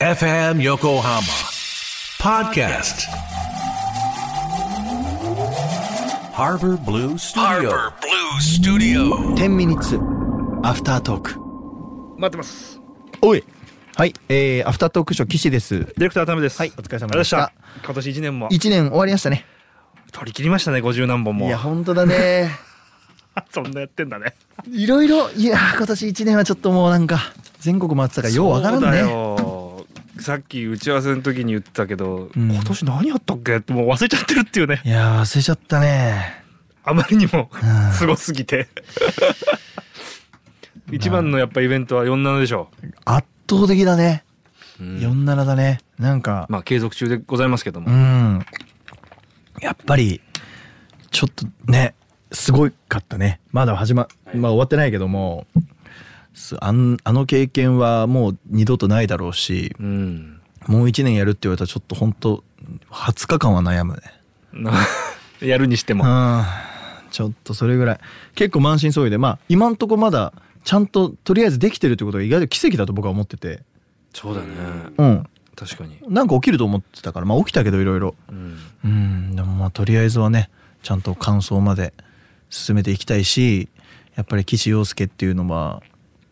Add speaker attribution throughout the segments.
Speaker 1: FM Yokohama Podcast. Harbor Blue Studio.
Speaker 2: Harbor Blue Studio.
Speaker 3: 10ミニッツアフタートーク
Speaker 4: 待ってます。
Speaker 3: おいはい、えー、アフタートークショー岸です
Speaker 4: ディレクターためです。
Speaker 3: はいお疲れ様で
Speaker 4: で
Speaker 3: し
Speaker 4: したた。今年一年も
Speaker 3: 一年終わりましたね
Speaker 4: 取り切りましたね、50何本
Speaker 3: い
Speaker 4: も。
Speaker 3: や本当だ ね
Speaker 4: そんなやってんだね。
Speaker 3: いろいろいやー今年一年はちょっともうなんか全国回ってたからようわからん
Speaker 4: そうだ
Speaker 3: ね
Speaker 4: よ。さっき打ち合わせの時に言ってたけど、
Speaker 3: うん
Speaker 4: 今年何やったっけってもう忘れちゃってるっていうね。
Speaker 3: いやー忘れちゃったね
Speaker 4: あまりにも
Speaker 3: うん
Speaker 4: すごすぎて。一番のやっぱイベントは47でしょ
Speaker 3: 圧倒的だね、
Speaker 4: う。
Speaker 3: 47だねなんか、
Speaker 4: まあ継続中でございますけども。
Speaker 3: うんやっぱりちょっとねすごかったねまだ始ままあ終わってないけどもすあんあの経験はもう二度とないだろうし
Speaker 4: うん。
Speaker 3: もう1年やるって言われたらちょっと本当20日間は悩むね。
Speaker 4: な やるにしても。
Speaker 3: うん。ちょっとそれぐらい。結構満身創痍で、まあ今んとこまだちゃんととりあえずできてるってことが意外と奇跡だと僕は思ってて。
Speaker 4: そうだね。
Speaker 3: うん。
Speaker 4: 確かに。
Speaker 3: なんか起きると思ってたから、まあ起きたけどいろいろ。
Speaker 4: うん。
Speaker 3: うん。でもまあとりあえずはね、ちゃんと感想まで進めていきたいし、やっぱり岸洋介っていうのは、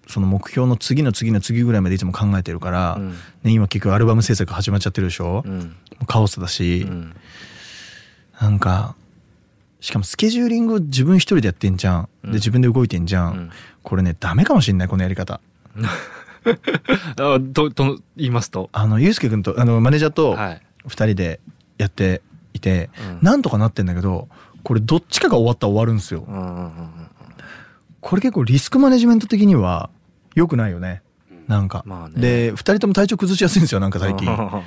Speaker 3: その目標の次の次の次ぐらいまでいつも考えてるから、
Speaker 4: うん
Speaker 3: ね、今結局アルバム制作始まっちゃってるでしょ、
Speaker 4: うん。
Speaker 3: カオスだし、
Speaker 4: うん。
Speaker 3: なんかしかもスケジューリングを自分一人でやってんじゃん、
Speaker 4: ん
Speaker 3: で自分で動いてんじゃん、
Speaker 4: うん
Speaker 3: これねダメかもしんないこのやり方
Speaker 4: あと、と、言いますと。
Speaker 3: あのゆうすけくんとあのマネージャーと
Speaker 4: はい。
Speaker 3: 二人でやっていて、
Speaker 4: うん
Speaker 3: なんとかなってんだけどこれどっちかが終わったら終わるんですよ
Speaker 4: うんうんうんうん
Speaker 3: これ結構リスクマネジメント的には良くないよねなんか、
Speaker 4: まあね
Speaker 3: で二人とも体調崩しやすいんですよなんか最近
Speaker 4: う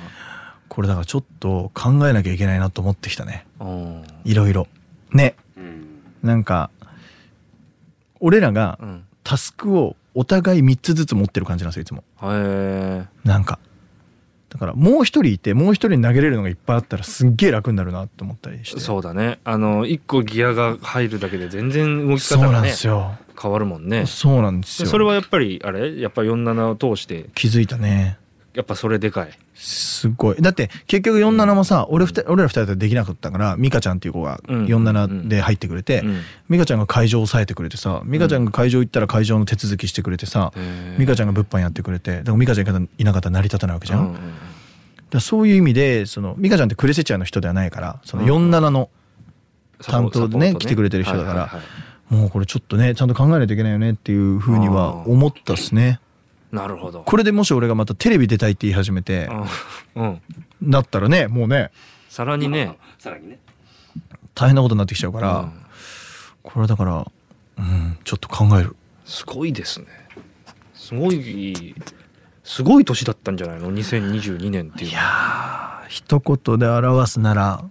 Speaker 3: これだからちょっと考えなきゃいけないなと思ってきたね
Speaker 4: ん
Speaker 3: いろいろね、なんか俺らが
Speaker 4: うん。
Speaker 3: タスクをお互い3つずつ持ってる感じなんですよいつも
Speaker 4: へえ。
Speaker 3: なんかだからもう一人いてもう一人に投げれるのがいっぱいあったらすっげえ楽になるなと思ったりして
Speaker 4: そうだね。あの、一個ギアが入るだけで全然動き
Speaker 3: そう
Speaker 4: 方
Speaker 3: な
Speaker 4: が
Speaker 3: んで
Speaker 4: ね、
Speaker 3: すよ
Speaker 4: 変わるもんね。
Speaker 3: そうなんですよ
Speaker 4: それはやっぱり、あれやっぱ47を通して、
Speaker 3: 気づいたね
Speaker 4: やっぱそれでかい。
Speaker 3: すごいだって結局47もさ俺ふた俺ら2人でできなかったから美香ちゃんっていう子が
Speaker 4: うん
Speaker 3: 47で入ってくれて
Speaker 4: うん
Speaker 3: 美香ちゃんが会場を抑えてくれてさ美香ちゃんが会場行ったら会場の手続きしてくれてさ
Speaker 4: へー
Speaker 3: 美香ちゃんが物販やってくれてだから美香ちゃんいなかったら成り立たないわけじゃ
Speaker 4: うんんうんうん
Speaker 3: だからそういう意味でその美香ちゃんってクレセチアの人ではないからその47の、
Speaker 4: サ
Speaker 3: 担
Speaker 4: ポ
Speaker 3: 当でね
Speaker 4: サポート
Speaker 3: 来てくれてる人だから
Speaker 4: はいはいはい
Speaker 3: もうこれちょっとねちゃんと考えないといけないよねっていうふうには
Speaker 4: うん
Speaker 3: 思ったっすね
Speaker 4: なるほど。
Speaker 3: これでもし俺がまたテレビ出たいって言い始めて
Speaker 4: うんうん。
Speaker 3: なったらねもうね
Speaker 4: さらにね、
Speaker 3: 大変なことになってきちゃうか
Speaker 4: う
Speaker 3: ら
Speaker 4: ん
Speaker 3: これはだからうんちょっと考える
Speaker 4: すごいですね。すごい、すごい年だったんじゃないの ?2022 年っていうのは。
Speaker 3: 一言で表すなら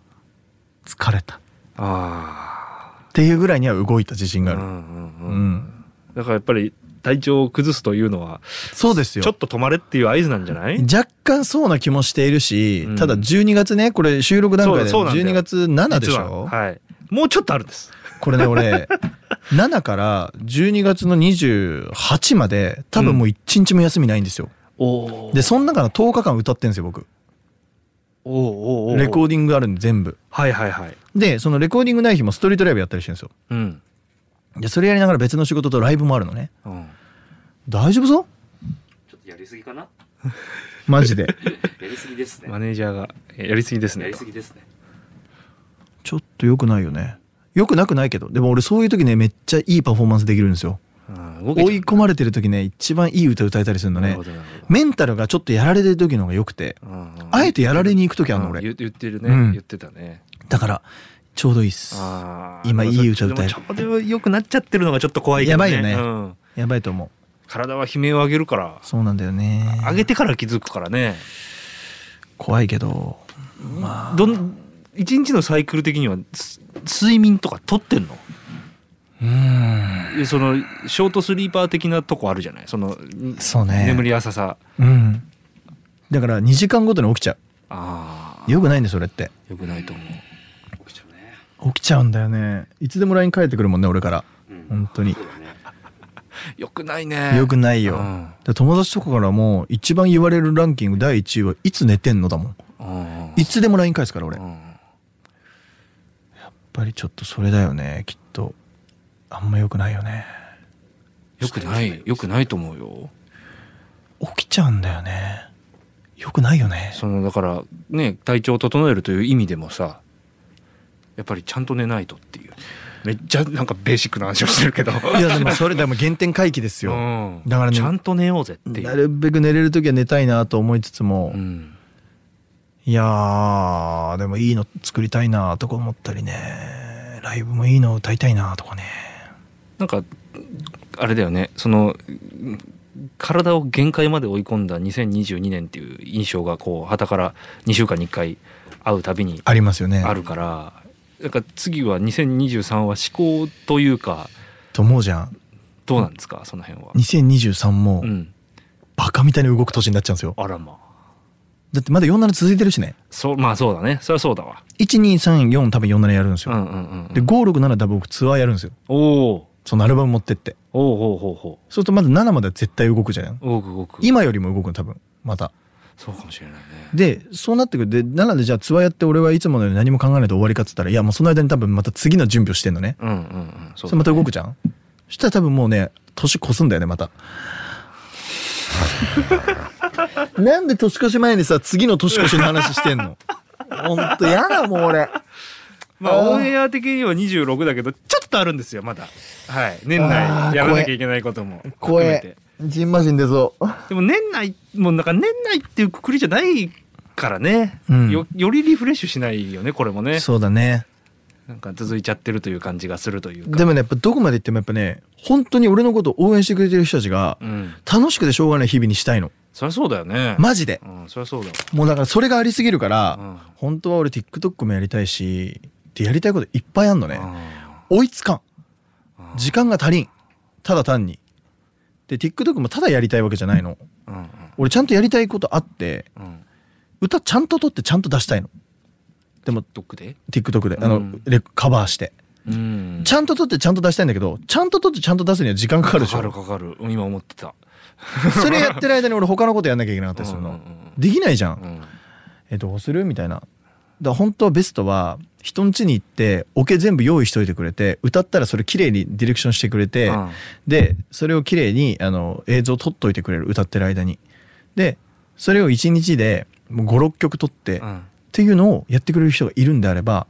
Speaker 3: 疲れた
Speaker 4: あ
Speaker 3: っていうぐらいには動いた自信
Speaker 4: あ。
Speaker 3: があ
Speaker 4: うんう
Speaker 3: るう
Speaker 4: んうん。
Speaker 3: ん
Speaker 4: だからやっぱり体調を崩すというのは
Speaker 3: そうですよ
Speaker 4: ちょっと止まれっていう合図なんじゃない
Speaker 3: 若干そうな気もしているし
Speaker 4: うん
Speaker 3: ただ12月ねこれ収録段階で
Speaker 4: そうそうなんだよ
Speaker 3: 12月7でし
Speaker 4: 実
Speaker 3: ょ
Speaker 4: ははいもうちょっとあるんです
Speaker 3: これね俺 7から12月の28まで多分もう1日も休みないんですよ、
Speaker 4: おお
Speaker 3: でその中の10日間歌ってんですよ僕
Speaker 4: おおお
Speaker 3: レコ
Speaker 4: ー
Speaker 3: ーディングあるんで全部
Speaker 4: はいはいはい
Speaker 3: でそのレコーディングない日もストリートライブやったりしてるんですよ
Speaker 4: うん、
Speaker 3: でそれやりながら別の仕事とライブもあるのね
Speaker 4: うん、
Speaker 3: 大丈夫ぞ
Speaker 5: ちょっとやりすぎかな
Speaker 3: マジで
Speaker 5: やりすぎですね。
Speaker 4: マネージャーがえやりすぎです
Speaker 5: や
Speaker 4: ね
Speaker 5: り
Speaker 4: と
Speaker 5: すぎですね。
Speaker 3: ちょっと良くないよね良くなくないけどでも俺そういう時ねめっちゃいいパフォーマンスできるんですよ
Speaker 4: うん動けちゃう
Speaker 3: 追い込まれてる時ね一番いい歌歌えたりするの
Speaker 4: なる
Speaker 3: ね
Speaker 4: ほどなるほど
Speaker 3: メンタルがちょっとやられてる時の方が良くて
Speaker 4: うんうん
Speaker 3: あえてやられに行く時あるの
Speaker 4: うん
Speaker 3: 俺
Speaker 4: 言言ってるね、
Speaker 3: うん
Speaker 4: 言ってたね
Speaker 3: だからちょうどいいっす
Speaker 4: あー
Speaker 3: 今いい歌歌える
Speaker 4: でもちょうど良くなっちゃってるのがちょっと怖いけど、ね、
Speaker 3: やばいよね
Speaker 4: うん
Speaker 3: やばいと思う
Speaker 4: 体は悲鳴を上げるから
Speaker 3: そうなんだよね
Speaker 4: 上げてから気づくからね
Speaker 3: 怖いけどまあ
Speaker 4: どん一日のサイクル的にはす睡眠とか取ってんの
Speaker 3: うん
Speaker 4: そのショートスリーパー的なとこあるじゃないその
Speaker 3: そうね
Speaker 4: 眠り浅さ
Speaker 3: うんだから2時間ごとに起きちゃ
Speaker 4: あ
Speaker 3: うよくないんだよそれって
Speaker 4: あよくないと思う
Speaker 5: 起きちゃうね。
Speaker 3: 起きちゃうんだよねいつでも LINE 返ってくるもんね俺から
Speaker 5: うん
Speaker 3: 本当に
Speaker 5: そうだね。
Speaker 4: よくないね
Speaker 3: よくないよ、
Speaker 4: うん
Speaker 3: で友達とかからも一番言われるランキング第1位はいつ寝てんのだもん
Speaker 4: うん
Speaker 3: いつでも LINE 返すから俺
Speaker 4: う
Speaker 3: やっ
Speaker 4: ん
Speaker 3: ぱりちょっとそれだよねきっとあんま良くないよね
Speaker 4: よくないよくないと思うよ
Speaker 3: 起きちゃうんだよね良くないよね
Speaker 4: そのだからね体調を整えるという意味でもさやっぱりちゃんと寝ないとっていうめっちゃなんかベーシックな話をしてるけど
Speaker 3: いやでもそれでも原点回帰ですよ、
Speaker 4: うん
Speaker 3: だからね
Speaker 4: ちゃんと寝ようぜっていう
Speaker 3: なるべく寝れる時は寝たいなと思いつつも、
Speaker 4: うん
Speaker 3: いやーでもいいの作りたいなとか思ったりねライブもいいの歌いたいなとかね
Speaker 4: なんかあれだよねそのうん体を限界まで追い込んだ2022年っていう印象がこう旗から2週間に1回会うたびに
Speaker 3: ありますよね
Speaker 4: あるから、なんか次は2023は思考というか
Speaker 3: と思うじゃん
Speaker 4: どうなんですかその辺は。
Speaker 3: 2023も
Speaker 4: うん、
Speaker 3: バカみたいに動く年になっちゃうんですよ
Speaker 4: あらまあ
Speaker 3: だってまだ47続いてるしね
Speaker 4: そうまあそうだねそりゃそうだわ。
Speaker 3: 1234多分47やるんです
Speaker 4: う
Speaker 3: よ、
Speaker 4: んうんうんうん
Speaker 3: で567多分僕ツアーやるんですよ
Speaker 4: おお
Speaker 3: そのアルバム持ってって
Speaker 4: おうほうほうほ
Speaker 3: そうするとまだ7までは絶対動くじゃん
Speaker 4: う動く動く
Speaker 3: 今よりも動くの多分また
Speaker 4: そうかもしれないね
Speaker 3: でそうなってくるで7でじゃあツアーやって俺はいつものように何も考えないと終わりかっつったらいやもうその間に多分また次の準備をしてんのね
Speaker 4: うんうんうん
Speaker 3: そ
Speaker 4: そ
Speaker 3: うれまた動くじゃんそしたら多分もうね年越すんだよねま たなんで年越し前にさ次の年越しの話してんのほんとやだもう俺
Speaker 4: まあオンエア的には26だけどちょっとあるんですよまだはい年
Speaker 3: あー
Speaker 4: 内やらなきゃいけないことも含めて
Speaker 3: ジンマシン出そう
Speaker 4: でも年内もうなんか年内っていうくくりじゃないからね、
Speaker 3: うん
Speaker 4: よよりリフレッシュしないよねこれもね
Speaker 3: そうだね
Speaker 4: なんか続いちゃってるという感じがするというか
Speaker 3: でもねやっぱどこまで行ってもやっぱね本当に俺のことを応援してくれてる人たちが
Speaker 4: うん
Speaker 3: 楽しくてしょうがない日々にしたいの
Speaker 4: そりゃそうだよね
Speaker 3: マジで
Speaker 4: うんそりゃそうだ
Speaker 3: もうだからそれがありすぎるから、
Speaker 4: うん
Speaker 3: 本当は俺 TikTok もやりたいしでやりたいこといっぱいあんのね
Speaker 4: わ、
Speaker 3: 追いつかん
Speaker 4: うん
Speaker 3: 時間が足りんただ単にで TikTok もただやりたいわけじゃないの
Speaker 4: うんうん
Speaker 3: 俺ちゃんとやりたいことあって
Speaker 4: うんうん
Speaker 3: 歌ちゃんと撮ってちゃんと出したいのでも
Speaker 4: どっかで
Speaker 3: TikTok であの、
Speaker 4: うん
Speaker 3: レカバーして
Speaker 4: うん
Speaker 3: ちゃんと撮ってちゃんと出したいんだけどちゃんと撮ってちゃんと出すには時間かかるでし
Speaker 4: かかる
Speaker 3: ょ
Speaker 4: かかるうん今思ってた
Speaker 3: それやってる間に俺他のことやんなきゃいけなかったりするの、
Speaker 4: うんうん
Speaker 3: できないじゃん
Speaker 4: う、ん
Speaker 3: えどうするみたいなだから本当はベストは人ん家に行って桶全部用意しといてくれて歌ったらそれ綺麗にディレクションしてくれて、
Speaker 4: うん
Speaker 3: でそれを綺麗にあの映像撮っといてくれる歌ってる間にでそれを1日で56曲撮って、
Speaker 4: う
Speaker 3: っ
Speaker 4: ん
Speaker 3: ていうのをやってくれる人がいるんであれば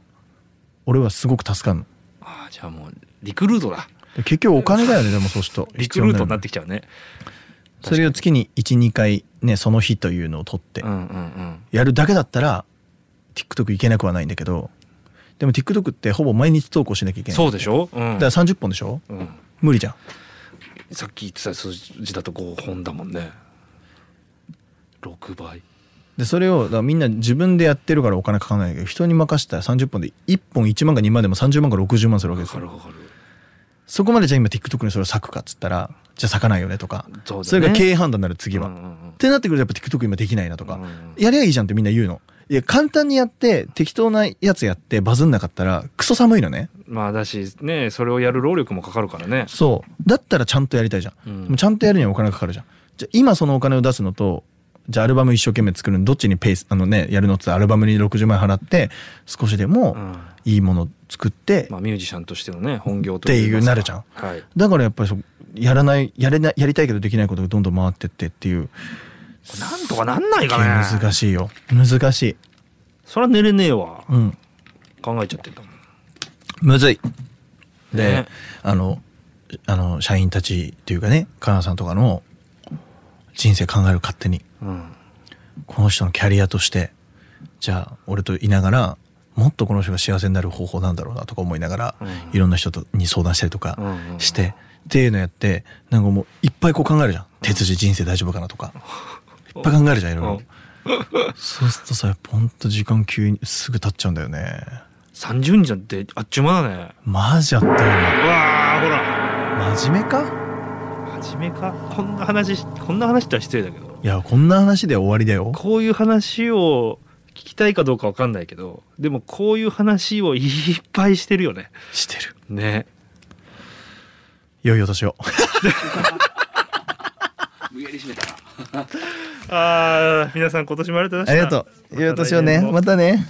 Speaker 3: 俺はすごく助かるの
Speaker 4: ああじゃあもうリクルートだ
Speaker 3: で結局お金だよねでもそうすると
Speaker 4: リクルートになっ
Speaker 3: 必
Speaker 4: てきちゃう
Speaker 3: 要
Speaker 4: ね
Speaker 3: なのそれを月に12回ねその日というのを撮って、
Speaker 4: うんうんうん
Speaker 3: やるだけだったら TikTok いけなくはないんだけどでも TikTok ってほぼ毎日投稿しなきゃいけない
Speaker 4: そうでしょ、う
Speaker 3: だ
Speaker 4: ん
Speaker 3: から30本でしょ
Speaker 4: うん、
Speaker 3: 無理じゃん
Speaker 4: さっき言ってた数字だと5本だもんね6倍
Speaker 3: でそれをだからみんな自分でやってるからお金かかんないけど人に任せたら30本で1本1万か2万でも30万か60万するわけ
Speaker 4: わ
Speaker 3: です
Speaker 4: かる
Speaker 3: よ
Speaker 4: わかる
Speaker 3: そこまでじゃあ今 TikTok にそれを割くかっつったらじゃあ割かないよねとか
Speaker 4: そうだね
Speaker 3: れが経営判断になる次は、
Speaker 4: うんうんう
Speaker 3: っ
Speaker 4: ん
Speaker 3: てなってくるとやっぱ TikTok 今できないなとか、
Speaker 4: うんうん
Speaker 3: やりゃいいじゃんってみんな言うのいや簡単にやって適当なやつやってバズんなかったらクソ寒いのね
Speaker 4: まあだしねそれをやる労力もかかるからね
Speaker 3: そうだったらちゃんとやりたいじゃん、
Speaker 4: うん
Speaker 3: でもちゃんとやるにはお金がかかるじゃんじゃあ今そのお金を出すのとじゃあアルバム一生懸命作るのどっちにペースあのねやるのっつったらアルバムに60万円払って少しで
Speaker 4: う
Speaker 3: も
Speaker 4: ん
Speaker 3: いいもの作って、
Speaker 4: まあミュージシャンとしてのね本業と
Speaker 3: っていうなるじゃん
Speaker 4: はい
Speaker 3: だからやっぱりそうやらないやれなやりたいけどできないことがどんどん回ってってっていう
Speaker 4: なんとかなんないかね
Speaker 3: 難しいよ難しい
Speaker 4: そりゃ寝れねえわ
Speaker 3: うん
Speaker 4: 考えちゃってんだもん
Speaker 3: むずいで、
Speaker 4: ね
Speaker 3: あのあの社員たちっていうかねカナさんとかの人生考える勝手に
Speaker 4: うん
Speaker 3: この人のキャリアとしてじゃあ俺といながらもっとこの人が幸せになる方法なんだろうなとか思いながら、
Speaker 4: うん
Speaker 3: いろんな人とに相談したりとか
Speaker 4: うんうん
Speaker 3: して、っていうのやってなんかもういっぱいこう考えるじゃん手筋人生大丈夫かなとかいっぱい考えるじゃんいろいろそうするとさやっぱほんと時間急にすぐ経っちゃうんだよね
Speaker 4: 30日なんてあっちゅう間だね
Speaker 3: マジやったよ
Speaker 4: うわーほら
Speaker 3: な真面目か
Speaker 4: 初めかこんな話しこんな話っては失礼だけど
Speaker 3: いやこんな話で終わりだよ
Speaker 4: こういう話を聞きたいかどうかわかんないけどでもこういう話をいっぱいしてるよね
Speaker 3: してる
Speaker 4: ね
Speaker 3: 良い お年を
Speaker 5: 無理やり締めたな。
Speaker 4: あー皆さん今年もありがとうございました
Speaker 3: 良いお年をねまたね